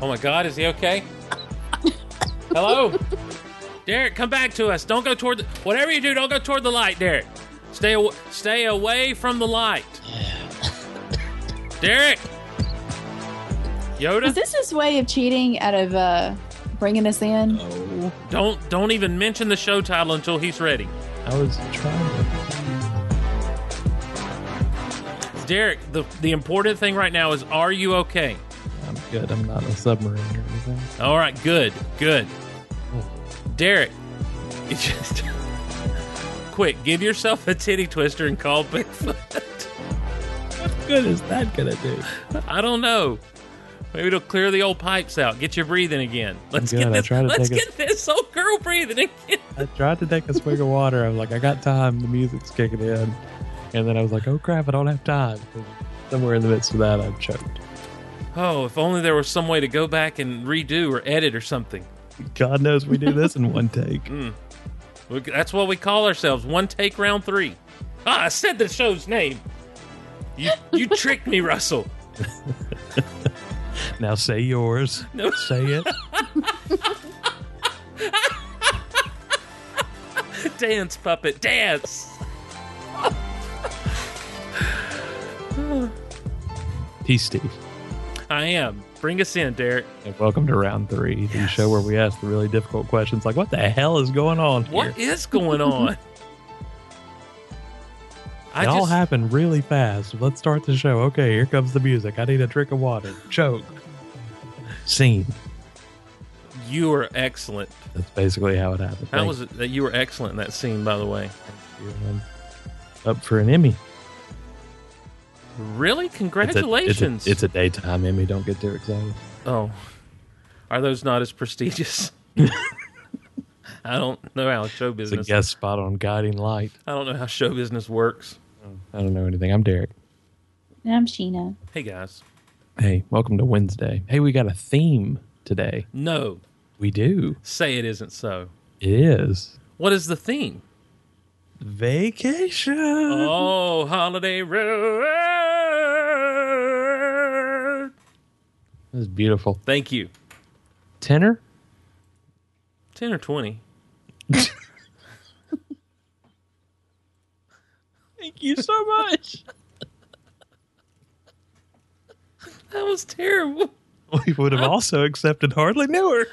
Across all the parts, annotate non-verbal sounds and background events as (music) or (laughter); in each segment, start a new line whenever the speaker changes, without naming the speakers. Oh my God, is he okay? Hello? Derek, come back to us. Don't go toward the, whatever you do, don't go toward the light, Derek. Stay aw- stay away from the light. Derek. Yoda,
Is this his way of cheating out of uh, bringing us in?
Oh,
don't don't even mention the show title until he's ready.
I was trying to.
Derek, the the important thing right now is are you okay?
I'm good. I'm not in a submarine or anything.
All right, good, good. Derek, (laughs) you just quick, give yourself a titty twister and call Bigfoot.
What good is that gonna do?
I don't know. Maybe it'll clear the old pipes out. Get you breathing again. Let's
good.
get
I
this.
tried to
Let's
take a-
get this old girl breathing again. (laughs)
I tried to take a swig of water. I was like, I got time. The music's kicking in, and then I was like, oh crap, I don't have time. And somewhere in the midst of that, I choked.
Oh, if only there was some way to go back and redo or edit or something.
God knows we do this in one (laughs) take.
We- That's what we call ourselves. One take round three. Ah, I said the show's name. You you
(laughs)
tricked me, Russell.
Now say yours.
No.
Say it.
Dance, puppet, dance.
He's Steve.
I am. Bring us in, Derek.
And welcome to round three, the show where we ask the really difficult questions like, what the hell is going on here?
What is going
(laughs)
on? I
It all
just
happened really fast. Let's start the show. Okay, here comes the music. I need a drink of water. Choke. Scene.
you are excellent.
That's basically how it happened.
That
Thank
was that you were excellent in that scene, by the way.
you. And Up for an Emmy.
Really?
It's a- it's a-
Congratulations.
It's a, daytime Emmy. Don't get too excited.
oh. Are those not as
(laughs)
prestigious? I don't know how show
It's a
business.
guest spot on Guiding Light.
I don't know how show business works.
I don't know anything. I'm Derek.
And I'm Sheena.
Hey guys.
Hey, welcome to Wednesday. Hey, we got a theme today.
No,
We do.
say it isn't so.
It is
What is the theme?
vacation.
Oh, holiday road.
This is beautiful.
Thank you.
Tenor?
10 or 20.
Thank you so much.
That was terrible.
(laughs) we would have also accepted hardly knew her.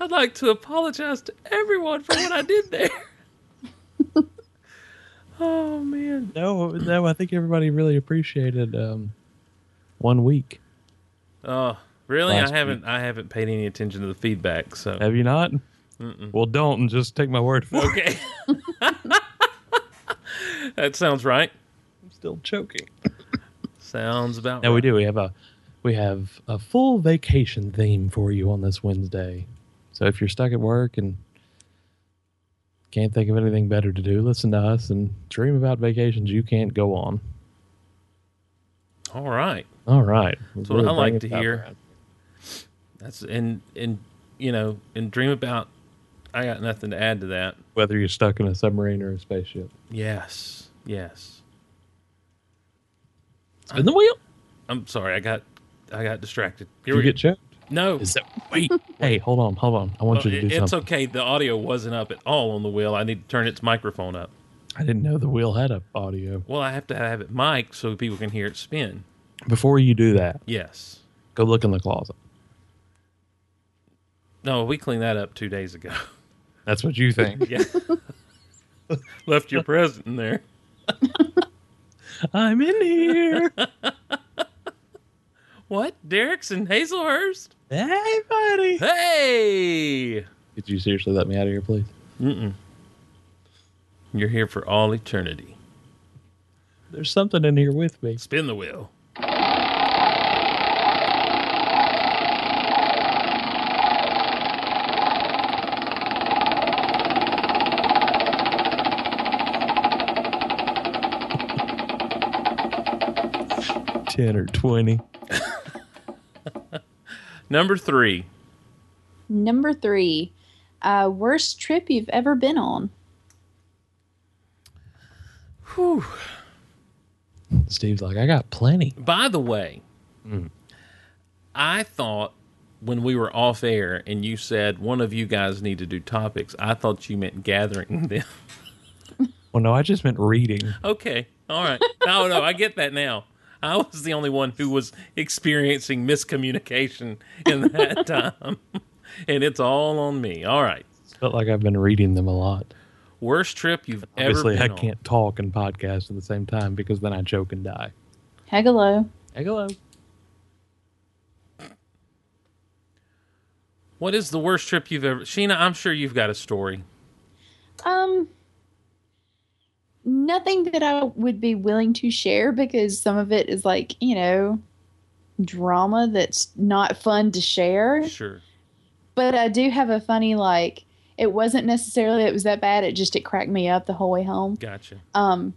I'd like to apologize to everyone for what I did there.
(laughs)
oh man.
No, no, I think everybody really appreciated um, one week.
Oh, really?
Last
I haven't I haven't paid any attention to the feedback, so
Have you not? Well, don't and just take my word for it.
Okay. (laughs) that sounds right.
I'm still choking.
Sounds about
No, we
right.
do. We have a we have a full vacation theme for you on this Wednesday. So if you're stuck at work and can't think of anything better to do, listen to us and dream about vacations you can't go on.
All right.
All right.
That's what I like
Bring it
to
back
hear.
around.
That's and and you know, and dream about I got nothing to add to that.
Whether you're stuck in a submarine or a spaceship.
Yes. Yes.
Spin the wheel.
I'm sorry, I got I got distracted. Here
You
we
get
go.
choked.
No.
Is that wait? (laughs) hey, hold on, hold on. I want
Well,
you to
Oh, it-
do
it's
something.
okay. The audio wasn't up at all on the wheel. I need to turn its microphone up.
I didn't know the wheel had a audio.
Well, I have to have it mic so people can hear it spin.
Before you do that,
Yes.
go look in the closet.
No, we cleaned that up two days
(laughs)
ago.
That's what you think.
Yeah. (laughs) Left your present in there.
(laughs) I'm in
(laughs)
here.
What? Derek's and Hazelhurst?
hey, buddy.
Hey!
Could you seriously let me out of here, please?
You're here for all eternity.
There's something in here with me.
Spin the wheel.
Ten or twenty.
Number three.
Number three, uh, worst trip you've ever been on.
Whew.
And Steve's like, I got plenty.
By the way,
Mm-hmm.
I thought when we were off air and you said one of you guys need to do topics, I thought you meant
(laughs)
gathering them.
Well, no, I just meant reading.
okay. All right. No, no, I get that now. I was the only one who was experiencing miscommunication in
(laughs)
that time. and it's all on me. All right.
Felt like I've been reading them a lot.
Worst trip you've
Obviously,
ever
I
been on.
can't talk and podcast at the same time because then I choke and die.
Hegelo.
Hello.
What is the worst trip you've ever Sheena, I'm sure you've got a story.
Um, nothing that I would be willing to share because some of it is like you know, drama that's not fun to share.
Sure.
But I do have a funny like. It wasn't necessarily that it was that bad. It just it cracked me up the whole way home.
Gotcha.
Um,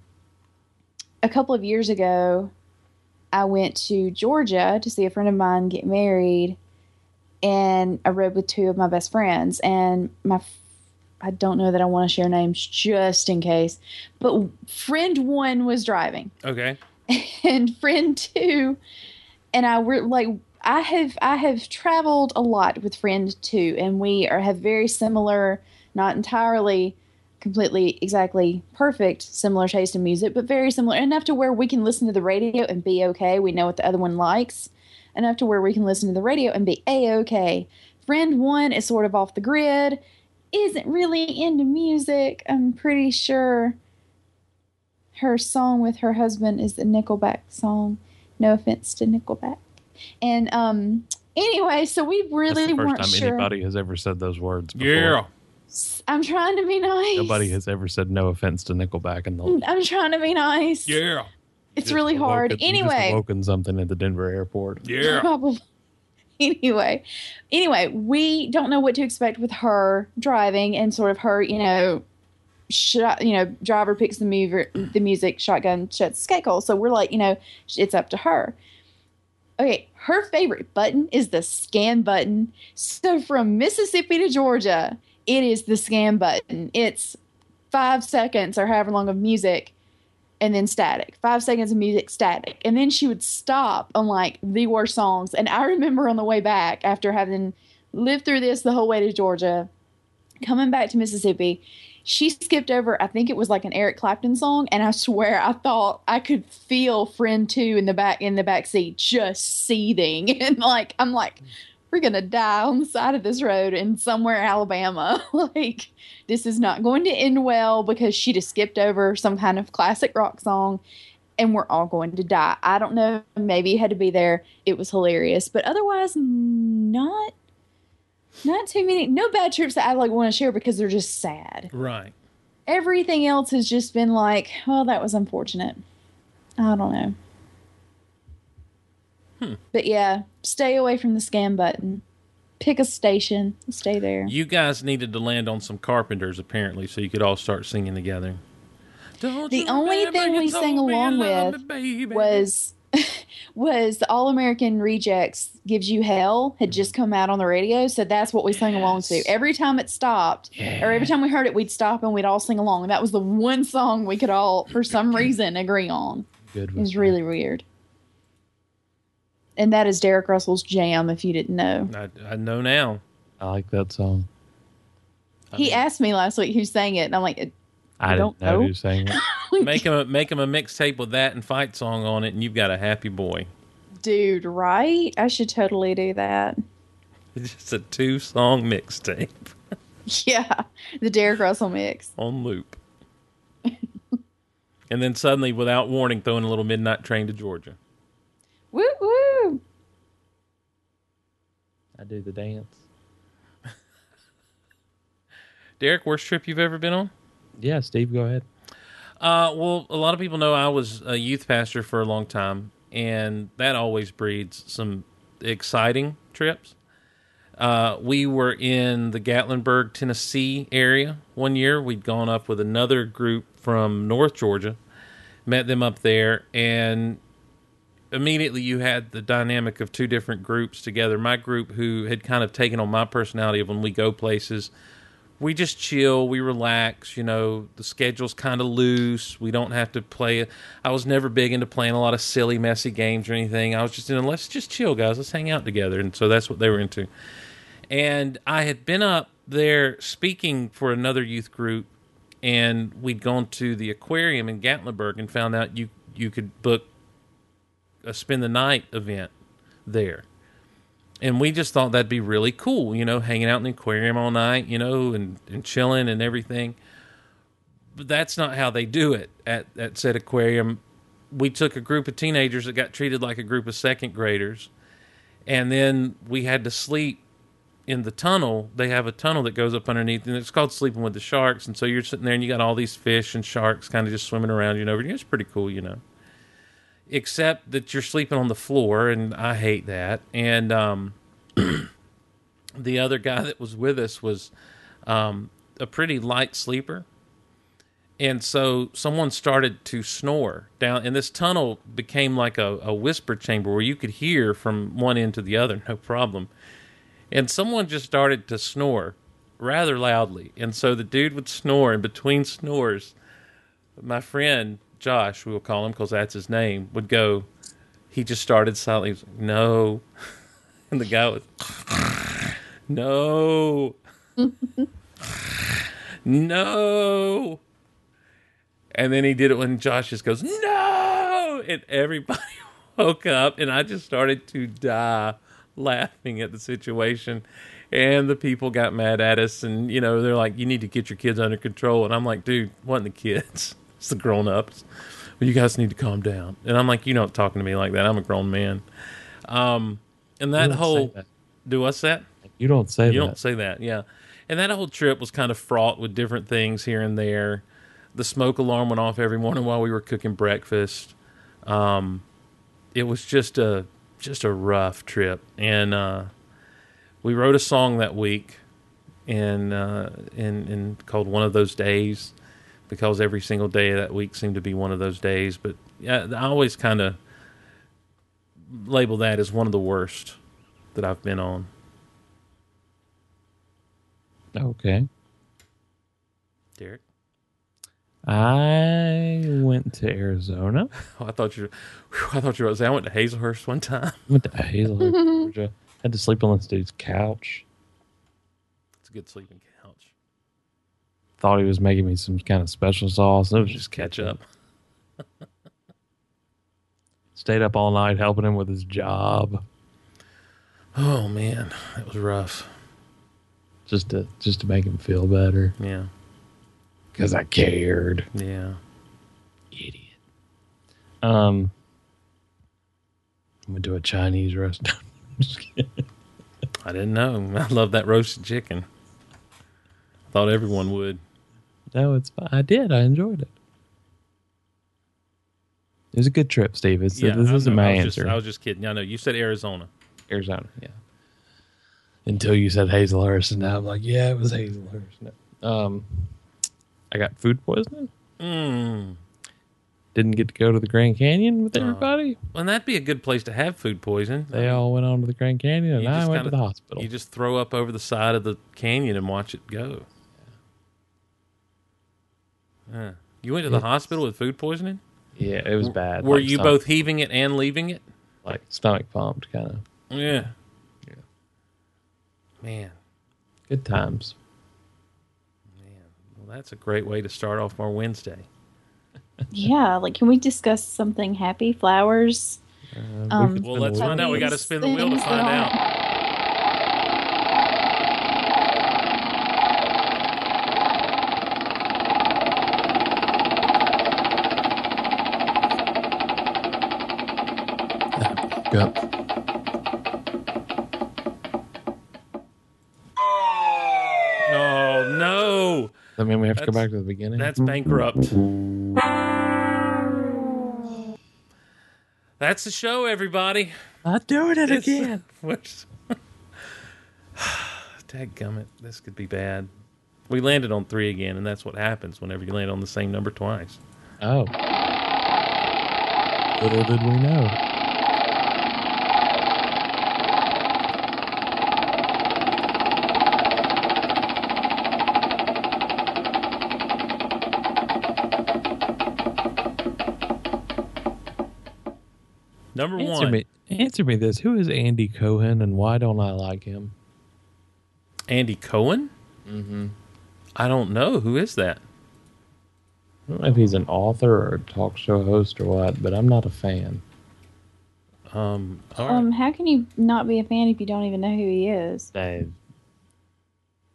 a couple of years ago, I went to Georgia to see a friend of mine get married, and I rode with two of my best friends. And my, f- I don't know that I want to share names just in case, but friend one was driving, (laughs)
Okay.
and friend two, and I were like. I have I have traveled a lot with friend two, and we are have very similar, not entirely, completely exactly perfect similar taste in music but very similar enough to where we can listen to the radio and be okay we know what the other one likes enough to where we can listen to the radio and be a-okay friend one is sort of off the grid isn't really into music i'm pretty sure her song with her husband is the nickelback song no offense to nickelback and um anyway so we really
That's the first
weren't
time
sure
anybody has ever said those words. Before.
Yeah.
i'm trying to be nice
Nobody has ever said no offense to Nickelback in the.
i'm trying to be nice
Yeah.
It's
just
really hard.
awoken- you just
Anyway,
awoken something at the Denver airport.
Yeah.
probably. (laughs) Anyway, anyway, we don't know what to expect with her driving and sort of her, you know, shot, you know, driver picks the mover, (clears throat) the music, shotgun shuts the skate hole. So we're like, you know, sh- it's up to her. Okay, her favorite button is the scan button. So from Mississippi to Georgia, it is the scan button. It's five seconds or however long of music and then static. Five seconds of music, static. And then she would stop on like the worst songs. And I remember on the way back, after having lived through this the whole way to Georgia, coming back to Mississippi, she skipped over, I think it was like an Eric Clapton song. And I swear I thought I could feel friend two in the back in the back seat just seething. (laughs) And like I'm like, we're gonna die on the side of this road in somewhere Alabama. (laughs) like this is not going to end well because she just skipped over some kind of classic rock song and we're all going to die. I don't know. Maybe you had to be there. It was hilarious. But otherwise, not not too many no bad trips that I like want to share because they're just sad.
Right.
Everything else has just been like, well, that was unfortunate. I don't know. But yeah, stay away from the scan button. Pick a station. and Stay there.
You guys needed to land on some carpenters apparently, so you could all start singing together. Don't
The
you
only
remember
thing
you
we
told
sang
me you
along
loved
with
me, baby?
was (laughs) was the All American Rejects Gives You Hell had just come out on the radio, so that's what we sang along to.
Yes.
Every time it stopped, or every time we heard it, we'd stop and we'd all sing along. And that was the one song we could all, for some reason, agree on.
Good.
It was
one.
really weird. And that is Derek Russell's jam, if you didn't know.
I, I know
(laughs)
now.
I like that song.
He asked me last week who sang it, and I'm like,
I,
I
didn't
don't
know
know.
who sang it.
Make him a, make him a mixtape with that and fight song on it, and you've got a happy boy. (laughs)
dude, right? I should totally do that. (laughs)
It's just a two song mixtape
Yeah, the Derek Russell mix.
on
(laughs)
loop. and then suddenly, without warning, throwing a little midnight train to Georgia.
Woo woo.
I do the dance.
Derek, worst trip you've ever been on?
Yeah, Steve, go ahead.
Uh, well, a lot of people know I was a youth pastor for a long time, and that always breeds some exciting trips. Uh, we were in the Gatlinburg, Tennessee area one year. We'd gone up with another group from North Georgia, met them up there, and immediately you had the dynamic of two different groups together. My group, who had kind of taken on my personality of when we go places, we just chill, we relax. You know, the schedule's kind of loose. We don't have to play. I was never big into playing a lot of silly, messy games or anything. I was just in, let's just chill, guys. Let's hang out together. And so that's what they were into. And I had been up there speaking for another youth group, and we'd gone to the aquarium in Gatlinburg and found out you you could book a spend the night event there and we just thought that'd be really cool, you know, hanging out in the aquarium all night, you know, and, and chilling and everything. But that's not how they do it at, at said aquarium. We took a group of teenagers that got treated like a group of second graders, and then we had to sleep in the tunnel. They have a tunnel that goes up underneath, and it's called Sleeping with the Sharks. And so you're sitting there and you got all these fish and sharks kind of just swimming around you and over you. It's pretty cool, you know except that you're sleeping on the floor, and I hate that. And um, the other guy that was with us was um, a pretty light sleeper. And so someone started to snore down, and this tunnel became like a, a whisper chamber where you could hear from one end to the other, (laughs) no problem. And someone just started to snore rather loudly. And so the dude would snore, and between snores, my friend Josh, we will call him because that's his name, would go. He just started silently. He was like, no, (laughs) and the guy was
(laughs)
no, no, and then he did it when Josh just goes no, and everybody (laughs) woke up, and I just started to die laughing at the situation. And the people got mad at us, and you know they're like, "You need to get your kids under control." And I'm like, "Dude, wasn't the kids." (laughs) It's the grown ups. Well, you guys need to calm down. And I'm like, you're not talking to me like that. I'm a grown man. Um, and that
don't say
whole
that.
do what's that?
You don't say
You
that.
don't say that, yeah. And that whole trip was kind of fraught with different things here and there. The smoke alarm went off every morning while we were cooking breakfast. Um, it was just a just a rough trip, and uh, we wrote a song that week, and uh, and and called one of those days, because every single day of that week seemed to be one of those days. But yeah, I always kind of label that as one of the worst that I've been on.
Okay.
Derek.
I went to Arizona.
Oh, I thought you. Whew, I thought you were. I went to Hazelhurst one time.
I went to Hazelhurst, Georgia. Had to sleep on this dude's couch.
It's a good sleeping couch.
Thought he was making me some kind of special sauce. It was just
Catch
ketchup. (laughs)
up.
Stayed up all night helping him with his job
Oh man, that was rough.
just to just to make him feel better
Yeah,
because I cared.
yeah.
Idiot. Um, went to a Chinese restaurant. Just kidding.
I didn't know. (laughs) I love that roasted chicken. Thought everyone would.
(laughs) no, it's fine. I did. I enjoyed it. It was a good trip, Steve. It's,
yeah,
this
I
isn't
know.
my
I was
answer.
Just, I was just kidding. I know you said Arizona.
Arizona. Yeah. Until you said Hazelhurst, and now I'm like, yeah, it was Hazelhurst. No. Um, I got food poisoning.
Mm.
Didn't get to go to the Grand Canyon with
Aw.
everybody.
Well, that'd be a good place to have food poison.
They all went on to the Grand Canyon, and
You
I
just
went
kinda-
to the hospital.
You just throw up over the side of the canyon and watch it go. Huh. You went to the
It's-
hospital with food poisoning.
yeah, it was bad.
Were
Like,
you
stomach-
both heaving it and leaving it?
like stomach pumped, kind of
Yeah. Man,
good times?
well, that's a great way to start off our Wednesday.
Yeah, like can we discuss something happy? Flowers.
Uh,
Um,
could
Well,
spend
let's
the
find out. We
week-
got to spin the wheel to find out.
Yep.
Oh no,
I mean, we have to go
That's-
back to the beginning.
that's bankrupt. That's the show, everybody.
not doing it
It's- (laughs)
again.
Whoops. (sighs) Dadgummit, this could be bad. We landed on three again, and that's what happens whenever you land on the same number twice.
Oh. Little did we know.
Number
Answer
one,
me. Answer me this: Who is Andy Cohen, and why don't I like him?
Andy Cohen. Mm-hmm. I don't know who is that.
I don't know if he's an author or a talk show host or what, but I'm not a fan.
Um, all right.
Um, how can you not be a fan if you don't even know who he is?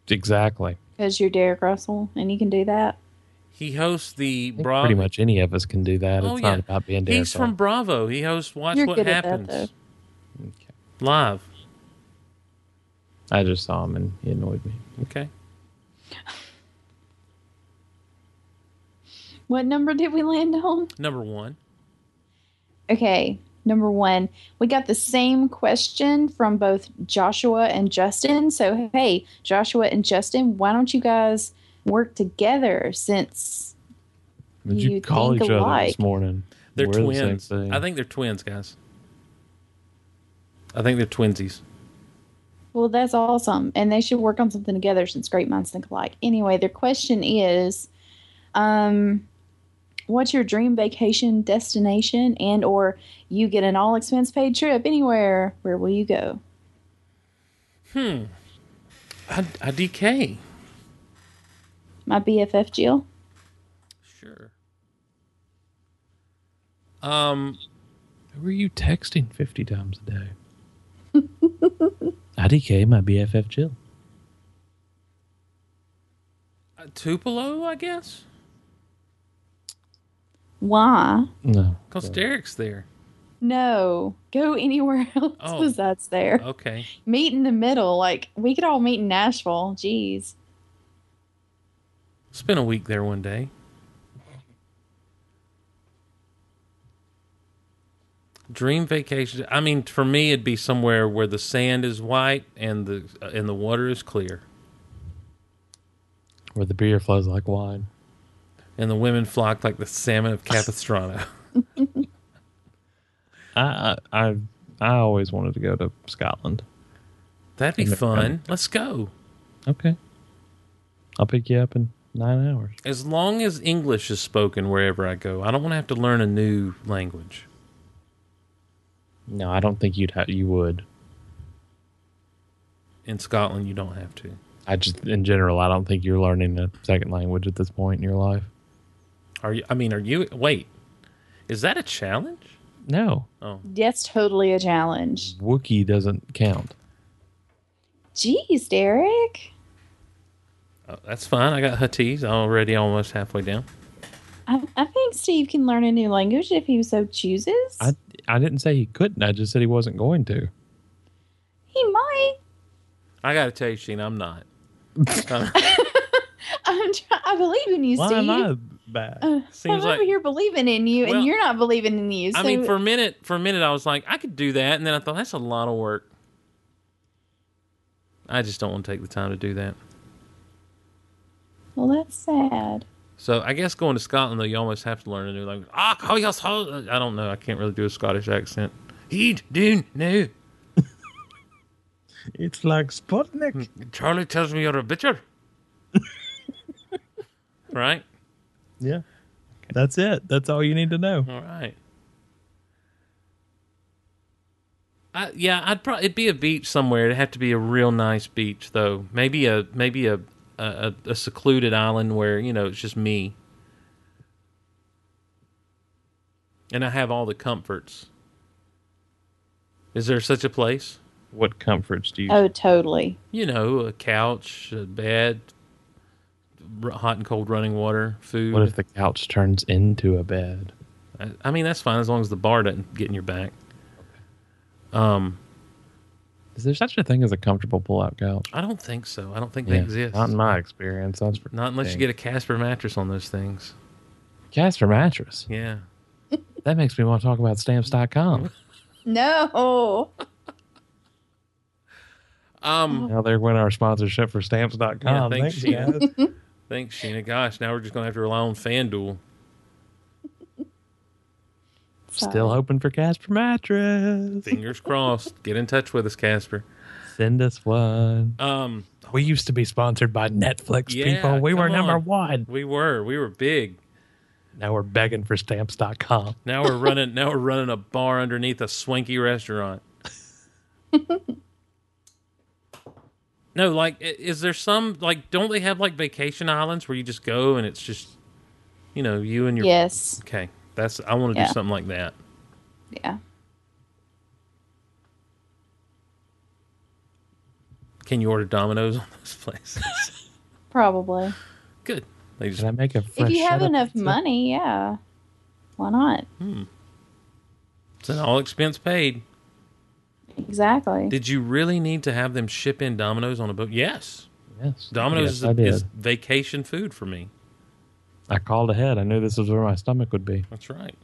Exactly.
Because you're Derek Russell, and you can do that.
he hosts the
I think
Bravo.
Pretty much any of us can do that.
Oh,
it's
yeah.
not about being
He's
dancing.
from Bravo. He hosts Watch
You're
What
good at that,
Happens live.
I just saw him and he annoyed me.
Okay.
What number did we land on?
Number one.
Okay, number one, we got the same question from both Joshua and Justin. So, hey, Joshua and Justin, why don't you guys work together since
Would you,
You
call each
think
other
alike.
this morning?
They're
We're the same
twins.
thing.
I think they're twins, guys. I think they're twinsies.
Well, that's awesome. And they should work on something together since great minds think alike. Anyway, their question is um what's your dream vacation destination and or you get an all expense paid trip anywhere where will you go
I, I DK.
my bff jill
Sure. Um,
Who are you texting 50 times a day? (laughs) IDK, my BFF Jill.
Tupelo, I guess,
why
No.
because Derek's there.
no go anywhere (laughs) else
Oh.
besides there
Okay.
meet in the middle like we could all meet in nashville jeez
Spent a week there one day. Dream vacation. I mean, for me, it'd be somewhere where the sand is white and the uh, and the water is clear,
Where the beer flows like wine.
and the women flock like the salmon of Capistrano.
(laughs) I, I, I, I always wanted to go to Scotland.
That'd be
And the-
fun. Let's go.
Okay. I'll pick you up in nine hours.
As long as English is spoken wherever I go, I don't want to have to learn a new language.
No, I don't think you'd ha- you would.
In Scotland, you don't have to.
I just, in general, I don't think you're learning a second language at this point in your life.
Are you? I mean, are you? Wait, is that a challenge?
No,
that's totally a challenge
Wookiee doesn't count.
jeez derek
Uh, that's fine. I got Huttese already almost halfway down.
I, I think Steve can learn a new language if he so chooses.
I, I didn't say he couldn't. I just said he wasn't going to.
he might. (laughs)
I got to tell you, Sheen, I'm not.
I'm try- I believe in you, Steve.
bad?
Uh, (laughs) I'm
Seems like-
over here believing in you,
Well,
and you're not believing in you. So
I mean, for a minute, for a minute, I was like, I could do that, and then I thought that's a lot of work. I just don't want to take the time to do that.
well, that's sad.
So I guess going to Scotland though, you almost have to learn a new language. Ah, call y'all so- I don't know. I can't really do a Scottish accent. He do no.
It's like Sputnik.
Charlie tells me you're a bitcher. (laughs) right.
Yeah. That's it. That's all you need to know.
All right. I, yeah, I'd probably it'd be a beach somewhere. It'd have to be a real nice beach though. Maybe a maybe a a, a secluded island where you know it's just me, and I have all the comforts. Is there such a place?
What comforts do you
Oh, totally.
You know, a couch, a bed, r- hot and cold running water, food.
What if the couch turns into a bed?
I, I mean, that's fine as long as the bar doesn't get in your back. Um,
Is there such a thing as a comfortable pull-out couch?
I don't think so. I don't think they exist.
Not
Not,
in my experience. That's for
unless you get a Casper mattress on those things.
Casper mattress.
Yeah.
That makes me want to talk about stamps.com.
No.
Um.
now they're winning our sponsorship for stamps.com.
Yeah, thanks,
Thanks, (laughs) guys.
Thanks, Sheena. Gosh, now we're just gonna have to rely on FanDuel.
Still hoping for Casper mattress.
Fingers crossed. Get in touch with us, Casper.
Send us one.
Um.
We used to be sponsored by Netflix,
Yeah,
people. We were
come
number
on.
one.
We were. We were big.
Now we're begging for stamps.com.
Now we're running. now we're running a bar underneath a swanky restaurant. no, like, i- is there some like? Don't they have like vacation islands where you just go and it's just, you know, you and your
Yes.
Okay, that's I want to
Yeah.
do something like that.
Yeah.
Can you order Domino's on those (laughs) places?
Probably.
Good. They just
Can I make a fresh
if you have
shot of
enough
pizza?
money, yeah. Why not?
it's an all expense paid.
Exactly.
Did you really need to have them ship in Domino's on a boat? Yes,
Yes.
Domino's
Yes, I did.
is, is vacation food for me.
I called ahead. I knew this was where my stomach would be.
That's right.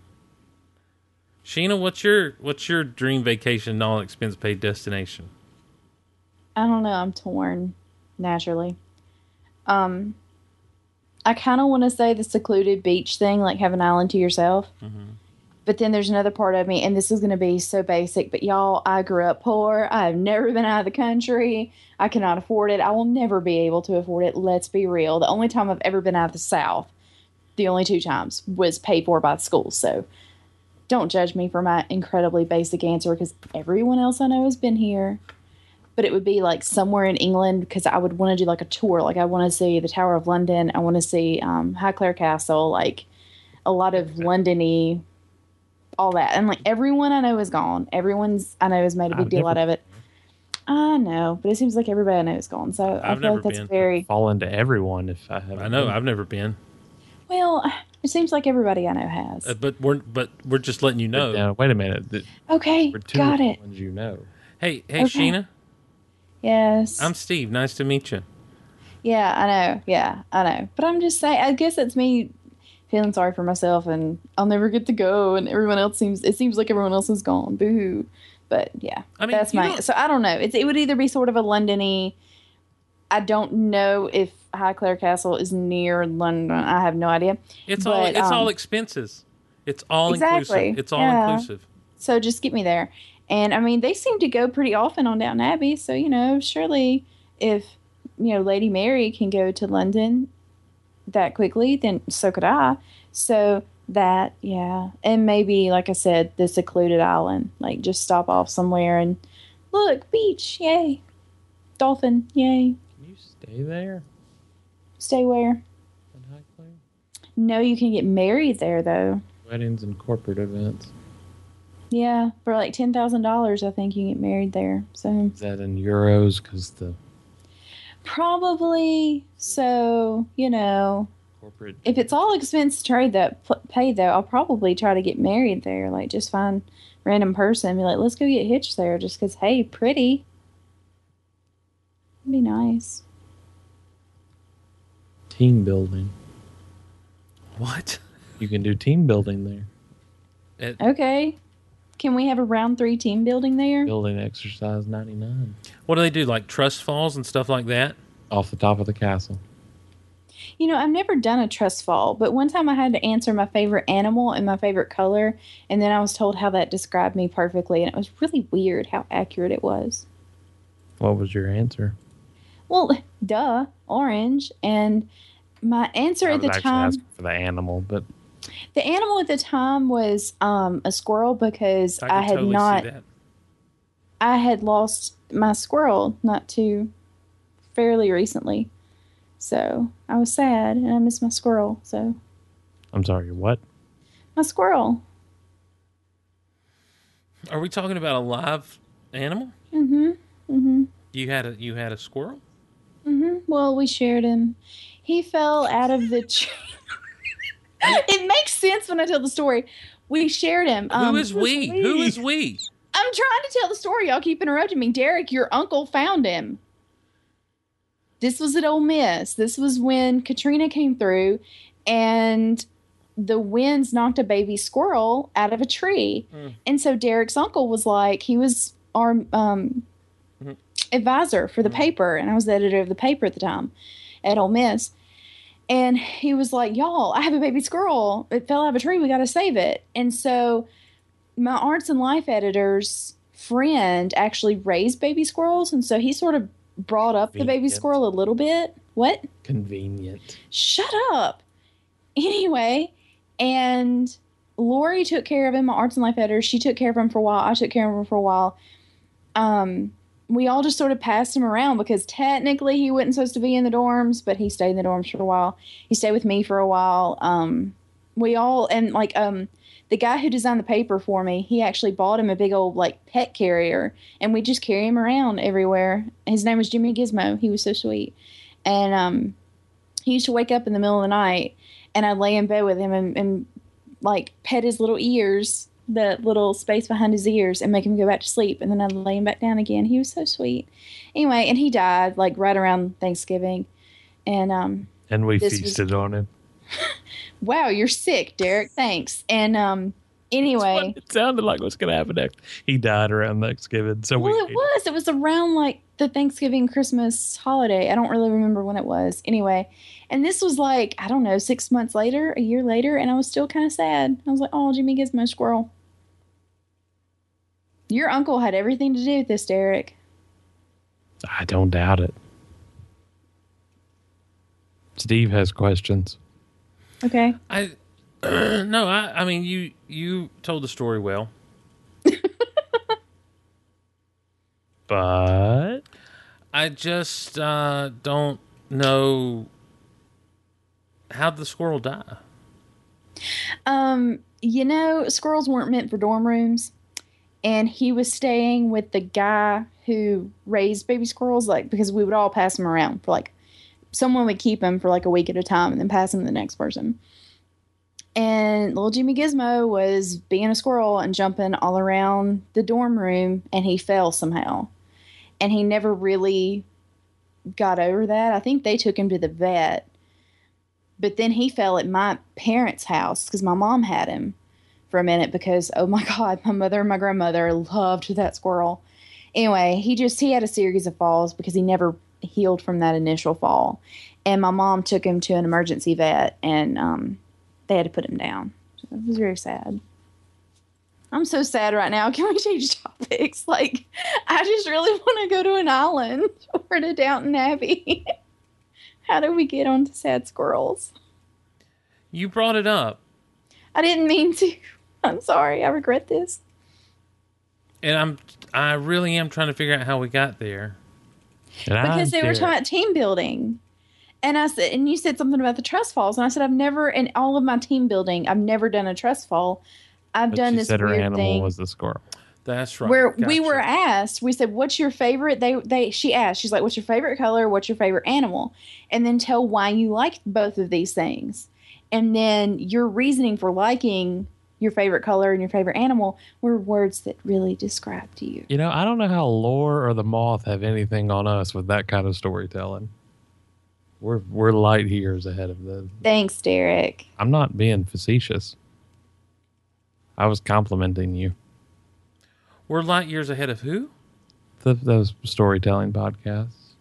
Sheena, what's your what's your dream vacation all expense paid destination?
I don't know. I'm torn naturally. Um, I kind of want to say the secluded beach thing, like have an island to yourself. But then there's another part of me, and this is going to be so basic. But y'all, I grew up poor. I've never been out of the country. I cannot afford it. I will never be able to afford it. Let's be real. The only time I've ever been out of the South, the only two times, was paid for by the school. So don't judge me for my incredibly basic answer because everyone else I know has been here but it would be like somewhere in England because I would want to do like a tour. Like I want to see the Tower of London. I want to see um, Highclere Castle. Like a lot of Londony, all that. And like everyone I know is gone. Everyone's I know has made a big
I've
deal
never
out of it. I know, but it seems like everybody I know is gone. So i
I've never
feel like that's
been.
very
Fall into everyone if I have.
I know I've never been,
well. It seems like everybody I know has.
uh, but we're but we're just letting you know.
Now, uh, wait a minute. Th-
okay,
We're two
got
of the
it.
ones you know.
Hey, hey,
Okay.
Sheena,
Yes.
I'm Steve. Nice to meet you.
Yeah, I know. Yeah, I know. But I'm just saying, I guess it's me feeling sorry for myself and I'll never get to go and everyone else seems it seems like everyone else is gone. Boo hoo. But yeah.
I mean,
that's
you
my
don't-
so I don't know. It's it would either be sort of a Londony I don't know if Highclere Castle is near London. I have no idea.
It's all
But,
it's all
um,
expenses. It's all
Exactly,
inclusive. It's all
yeah.
inclusive.
So just get me there. And I mean, they seem to go pretty often on Downton Abbey. So, you know, surely if, you know, Lady Mary can go to London that quickly, then so could I. So that, yeah. And maybe, like I said, the secluded island. Like just stop off somewhere and look, beach, yay. Dolphin, yay.
Can you stay there?
Stay where?
In Highclere?
No, you can get married there, though.
Weddings and corporate events.
Yeah, for like $10,000, I think you can get married there. So.
Is that in euros? Because the
Probably. So, you know,
corporate.
if it's all expense trade that pl- pay though, I'll probably try to get married there. Like just find random person and be like, let's go get hitched there just because, hey, pretty. It'd be nice.
team building,
What?
you can do team building there.
It-
Okay. Can we have a round three team building there?
Building exercise ninety nine
what do they do? Like trust falls and stuff like that?
off the top of the castle.
You know, I've never done a trust fall, but one time I had to answer my favorite animal and my favorite color, and then I was told how that described me perfectly, and it was really weird how accurate it was.
What was your answer?
Well, duh, orange. And my answer at
I was
the
actually
time,
asking for the animal, but
the animal at the time was um, a squirrel because
I
I,
can
had
totally
not,
see that.
I had lost my squirrel not too fairly recently. So I was sad and I missed my squirrel. So
I'm sorry. What?
my squirrel.
Are we talking about a live animal?
Mm hmm. Mm hmm.
You had a you had a squirrel?
hmm Well, we shared him. He fell out of
(laughs)
the (laughs) tree. it makes sense when I tell the story. We shared him. Um,
Who is we? Who is we?
I'm trying to tell the story. Y'all keep interrupting me. Derek, your uncle found him. This was at Ole Miss. This was when Katrina came through and the winds knocked a baby squirrel out of a tree.
Mm.
And so Derek's uncle was like, he was our um,
Mhm.
advisor for the
Mhm.
paper. And I was the editor of the paper at the time at Ole Miss. And he was like, y'all, I have a baby squirrel. It fell out of a tree. We got to save it. And so my arts and life editor's friend actually raised baby squirrels and so he sort of brought up the baby
Convenient.
squirrel a little bit what
Convenient.
shut up anyway And Lori took care of him, my arts and life editor. She took care of him for a while. I took care of him for a while. Um, we all just sort of passed him around because technically he wasn't supposed to be in the dorms, but he stayed in the dorms for a while. He stayed with me for a while. Um, we all and like um, the guy who designed the paper for me, he actually bought him a big old like pet carrier, and we just carry him around everywhere. His name was Jimmy Gizmo. He was so sweet, and um, he used to wake up in the middle of the night, and I'd lay in bed with him and, and like pet his little ears, the little space behind his ears, and make him go back to sleep. And then I'd lay him back down again. He was so sweet. Anyway, and he died like right around Thanksgiving. And um,
And we
This was-
feasted on him.
wow, you're sick, Derek. Thanks. And um, anyway,
It sounded like what's going to happen next. He died around Thanksgiving, so we
well, it
ate
was. It was around like the Thanksgiving Christmas holiday. I don't really remember when it was. Anyway, and this was like I don't know, six months later, a year later, and I was still kind of sad. I was like, oh, Jimmy Gizmo squirrel. Your uncle had everything to do with this, Derek.
I don't doubt it. Steve has questions.
Okay.
I (clears throat) no, I I mean you you told the story well.
But
I just uh, don't know how the squirrel die.
Um, you know, squirrels weren't meant for dorm rooms, and he was staying with the guy who raised baby squirrels. Like because we would all pass them around for like someone would keep him for like a week at a time and then pass him to the next person. And little Jimmy Gizmo was being a squirrel and jumping all around the dorm room, and he fell somehow, and he never really got over that. I think they took him to the vet but then he fell at my parents' house because my mom had him for a minute because oh my (laughs) god, my mother and my grandmother loved that squirrel. Anyway, he just he had a series of falls because he never healed from that initial fall, and my mom took him to an emergency vet and um, they had to put him down. So it was very sad. I'm so sad right now. (laughs) Can we change topics? Like, I just really want to go to an island (laughs) or to Downton Abbey. (laughs) How do we get on to sad squirrels?
You brought it up,
I didn't mean to. (laughs) I'm sorry. I regret this.
and I'm I really am trying to figure out how we got there.
and I'm
Because they were
serious.
talking about team building. And I said, and you said something about the trust falls. And I said, I've never, in all of my team building, I've never done a trust fall. I've
But
done
she
this
said her
weird
animal
thing
was the squirrel.
That's right.
where we
Gotcha.
were asked. We said, "What's your favorite?" They they she asked. She's like, "What's your favorite color? What's your favorite animal?" And then tell why you liked both of these things, and then your reasoning for liking your favorite color and your favorite animal were words that really described you.
You know, I don't know how lore or the moth have anything on us with that kind of storytelling. We're we're light years ahead of the.
Thanks, Derek.
I'm not being facetious. I was complimenting you.
We're light years ahead of who?
Th those storytelling podcasts,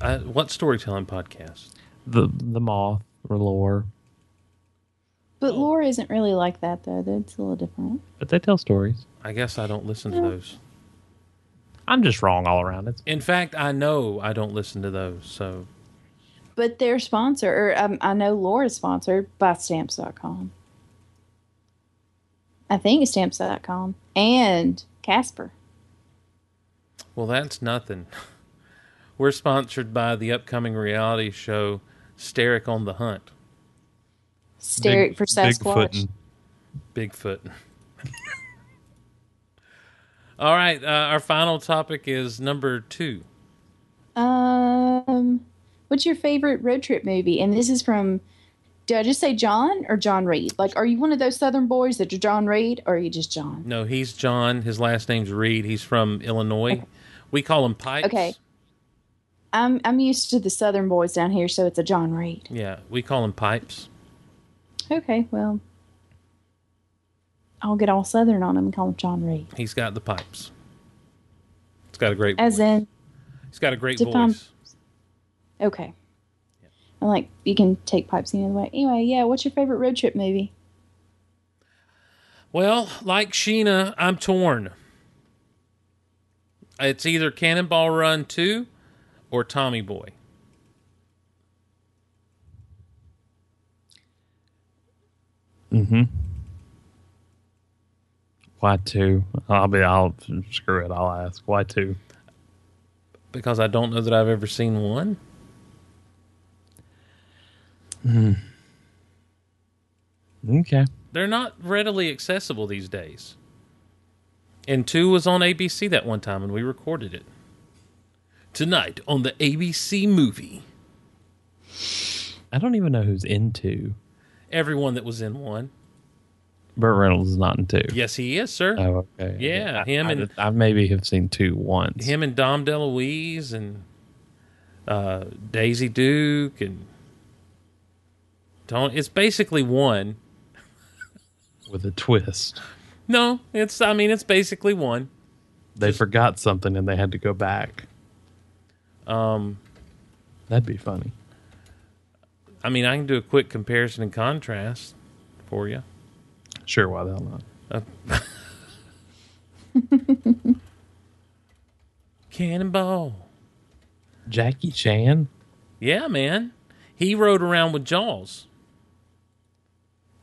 Uh, what storytelling podcast?
the the moth or lore,
But lore isn't really like that though. That's a little different.
but they tell stories.
I guess I don't listen to those.
I'm just wrong all around. It's
In fact, I know I don't listen to those. So
But they're sponsored, or um, I know lore is sponsored by stamps.com. I think it's stamps.com and Casper.
well, that's nothing. (laughs) We're sponsored by the upcoming reality show Steric on the Hunt,
Steric
big-
for Sasquatch.
Bigfoot. (laughs)
Bigfootin'.
All right, uh, our final topic is number two.
Um, what's your favorite road trip movie? And this is from. Did I just say John or John Reed? Like, are you one of those Southern boys that are John Reed, or are you just John?
No, he's John. His last name's Reed. He's from Illinois. We call him Pikes.
Okay. I'm I'm used to the Southern boys down here, so it's a John Reed.
Yeah, we call him Pipes.
Okay, well, I'll get all Southern on him and call him John Reed.
He's got the pipes. He's got a great
As
voice.
in,
He's got a great
If I'm-
voice.
okay. I'm like, you can take pipes any other way. Anyway, yeah, what's your favorite road trip movie?
Well, like Sheena, I'm torn. It's either Cannonball Run 2 or Tommy Boy.
Mm-hmm. Why two? I'll be. I'll screw it. I'll ask. Why two?
because I don't know that I've ever seen one.
Okay.
They're not readily accessible these days. And two was on ABC that one time, and we recorded it. Tonight on the ABC movie,
I don't even know who's in two.
everyone that was in one.
Burt Reynolds is not in two.
Yes, he is, sir.
Oh, okay.
Yeah,
I-
him
I,
and-
I maybe have seen two once.
Him and Dom DeLuise and uh, Daisy Duke and Tony. It's basically one.
with a twist.
No, it's. I mean, it's basically one.
They forgot something and they had to go back.
Um,
That'd be funny.
I mean, I can do a quick comparison and contrast for you.
Sure, why the hell not?
Cannonball.
Jackie Chan?
Yeah, man. He rode around with Jaws.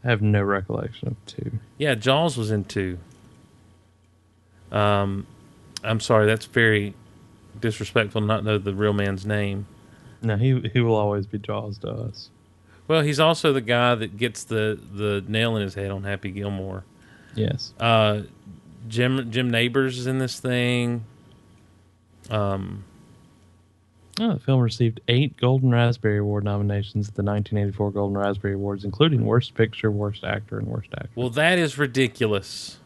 I have no recollection of two.
Yeah, Jaws was in two. Um, I'm sorry, that's very disrespectful to not know the real man's name.
No, he he will always be Jaws to us.
Well, he's also the guy that gets the, the nail in his head on Happy Gilmore.
Yes.
Uh, Jim Jim Neighbors is in this thing. Um,
Oh, the film received eight Golden Raspberry Award nominations at the 1984 Golden Raspberry Awards, including Worst Picture, Worst Actor, and Worst Actor.
well, that is ridiculous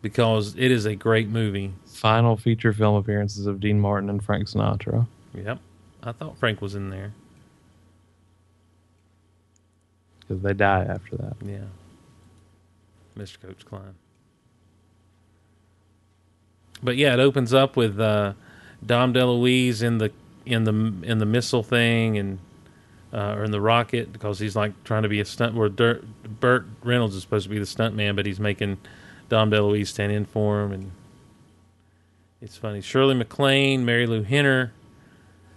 because it is a great movie.
Final feature film appearances of Dean Martin and Frank Sinatra.
Yep, I thought Frank was in there.
Because they die after that.
Yeah. Mr. Coach Klein. But yeah, it opens up with uh, Dom DeLuise in the in the in the missile thing and uh, or in the rocket because he's like trying to be a stunt. Where Dur- Burt Reynolds is supposed to be the stunt man, but he's making Dom DeLuise stand in for him, and it's funny. Shirley MacLaine, Mary Lou Henner,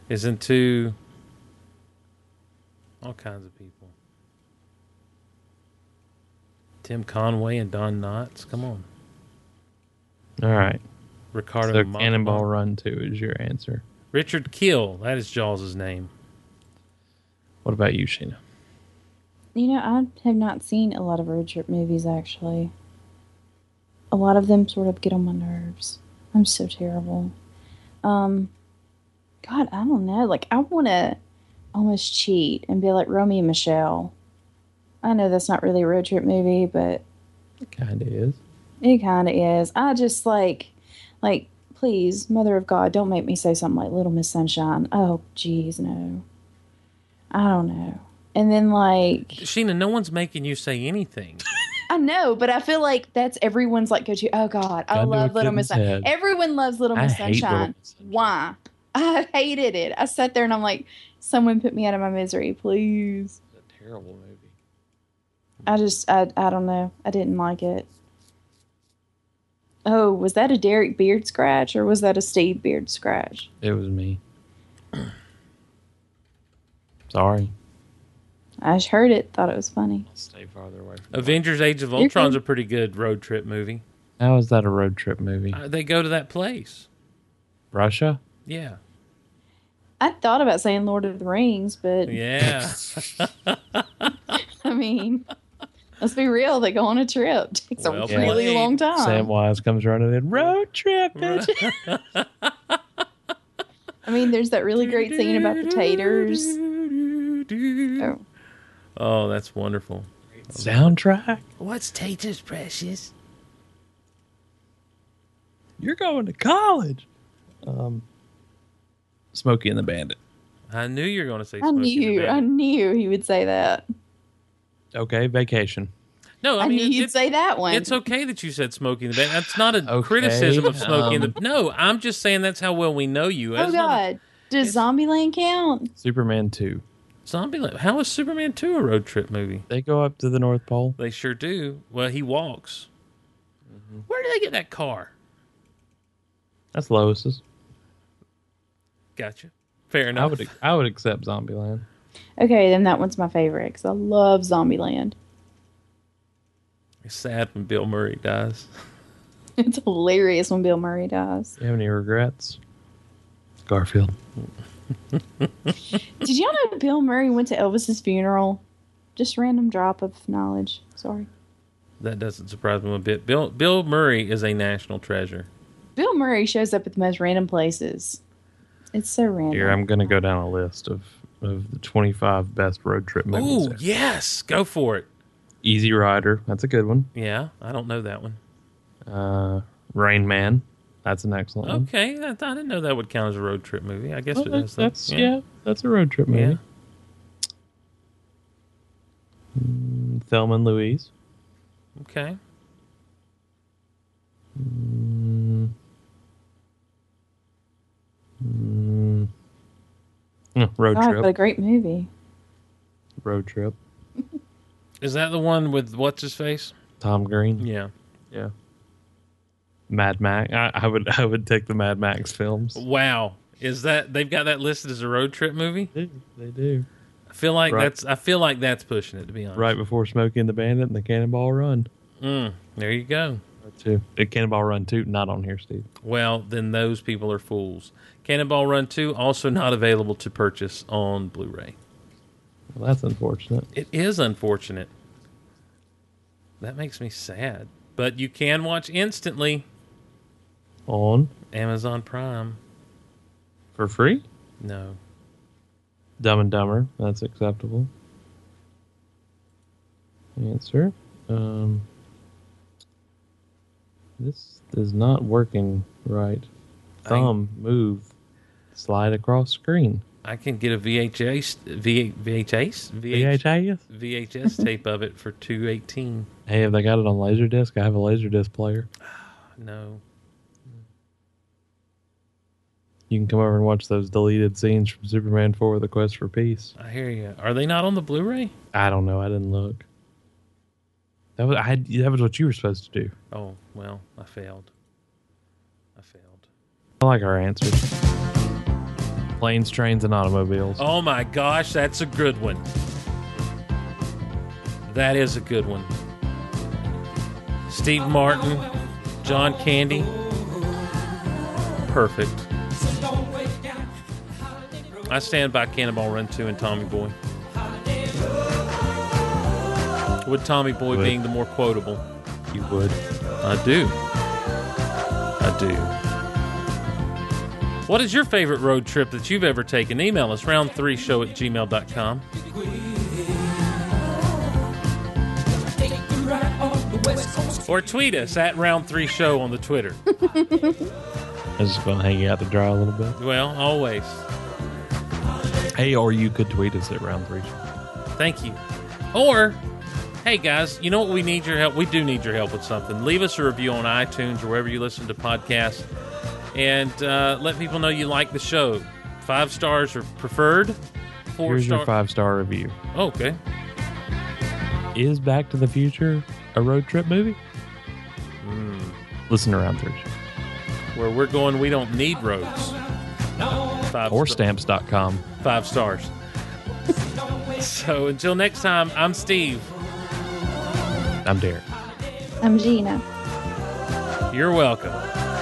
is into all kinds of people. Tim Conway and Don Knotts. Come on.
All right.
Ricardo
so
Montalban.
Cannonball Run 2 is your answer.
Richard Kill. That is Jaws' name.
What about you, Sheena?
You know, I have not seen a lot of Richard movies actually. A lot of them sort of get on my nerves. I'm so terrible. Um, God, I don't know. Like, I want to almost cheat and be like Romy and Michelle. I know that's not really a road trip movie, but
It kind of is.
it kind of is. I just like, like, please, Mother of God, don't make me say something like Little Miss Sunshine. Oh, geez, no. I don't know. And then like.
Sheena, no one's making you say
(laughs)
anything.
I know, but I feel like that's everyone's like go to. Oh God, I
Gun to a
love
kid
Little
in
Miss
his head.
Sunshine. Everyone loves Little
I
Miss
hate Little
Sunshine.
Miss Sunshine.
Why? (laughs) I hated it. I sat there and I'm like, someone put me out of my misery, please.
It's a terrible movie.
I just, I, I don't know. I didn't like it. Oh, was that a Derek Beard scratch or was that a Steve Beard scratch?
It was me. (clears throat) Sorry.
I just heard it, thought it was funny.
I'll stay farther away from
Avengers Age of
You're
Ultron's a
good.
pretty good road trip movie.
How is that a road trip movie?
Uh, they go to that place.
Russia?
Yeah.
I thought about saying Lord of the Rings, but
Yeah.
(laughs) I mean, let's be real. They go on a trip. (laughs) Takes
Well
a really
played,
long time.
Sam Wise comes running in. Road trip, bitch.
I mean, there's that really great scene about the taters. Oh,
Oh, that's wonderful.
Soundtrack?
What's taters, precious?
You're going to college. Um, Smokey and the Bandit.
I knew you were going to say
I
Smokey and the
knew, I
Bandit.
knew he would say that.
Okay, vacation.
No, I,
I,
mean,
knew
it-
you'd
it's-
say that one. Oh,
It's okay that you said Smokey and the Bandit. That's not a
Okay, Um,
criticism of Smokey and the No, I'm just saying that's how well we know you.
oh
That's not a-
God, does Zombieland count?
Superman 2.
Zombieland. How is Superman 2 a road trip movie?
They go up to the North Pole.
They sure do. Well, he walks. Where do they get that car?
That's Lois's.
Gotcha. Fair
I
enough.
would I would accept Zombieland.
Okay, then that one's my favorite because I love Zombieland.
It's sad when Bill Murray dies.
(laughs) It's hilarious when Bill Murray dies.
You have any regrets? Garfield.
Did y'all know Bill Murray went to Elvis's funeral? Just random drop of knowledge. Sorry.
That doesn't surprise me a bit. Bill Bill Murray is a national treasure.
Bill Murray shows up at the most random places. It's so random.
Here, I'm going to go down a list of, of the 25 best road trip movies.
Ooh, yes, go for it.
Easy Rider. That's a good one.
Yeah, I don't know that one.
Uh, Rain Man. That's an excellent one.
Okay, I, I didn't know that would count as a road trip movie. I guess
Well,
it
that's,
does. though.
that's- yeah. that's a road trip
yeah.
movie. Mm, Thelma and Louise.
Okay.
Mm. Mm. Oh, road
God,
trip.
what a great movie.
road trip.
Is that the one with what's his face?
Tom Green.
Yeah.
Yeah. Mad Max. I, I would I would take the Mad Max films.
Wow. Is that they've got that listed as a road trip movie?
They do. They do.
I feel like
Right.
that's I feel like that's pushing it to be honest.
Right before Smokey and the Bandit and the Cannonball Run.
Mm, there you go.
Two. The Cannonball Run two. Not on here, Steve.
Well, then those people are fools. Cannonball Run 2 also not available to purchase on Blu-ray.
Well, that's unfortunate.
It is unfortunate. That makes me sad. But you can watch instantly
On
Amazon Prime.
for free.
No.
Dumb and Dumber. That's acceptable. Answer. Um, this is not working right. Thumb move, slide across screen.
I can get a VHS V- VHS VH,
VHS.
VHS tape of it for 218.
Hey, have they got it on Laserdisc? I have a Laserdisc player.
No.
You can come over and watch those deleted scenes from Superman 4 The Quest for Peace.
I hear you. Are they not on the Blu-ray?
I don't know. I didn't look. That was, I had, that was what you were supposed to do.
Oh, well, I failed. I failed.
I like our answers. Planes, trains, and automobiles.
Oh my gosh, that's a good one. That is a good one. Steve Martin, John Candy. Perfect. I stand by Cannonball Run 2 and Tommy Boy. With Tommy Boy
Would.
being the more quotable.
You would.
I do. I do. What is your favorite road trip that you've ever taken? Email us round3show at gmail.com. Or tweet us at round3show on the Twitter.
I was just going to hang you out to dry a little bit.
well, always.
Hey, or you could tweet us at round three.
Thank you. Or, hey guys, you know what? We need your help. We do need your help with something. Leave us a review on iTunes or wherever you listen to podcasts, and uh, let people know you like the show. Five stars are preferred. Four
Here's
star-
your five star review.
Oh, okay.
Is Back to the Future a road trip movie? Hmm. Listen to round three.
Where we're going, we don't need roads. Five
Or
sta-
stamps.com.
Five stars. (laughs) so until next time, I'm Steve.
I'm Derek.
I'm Gina.
You're welcome.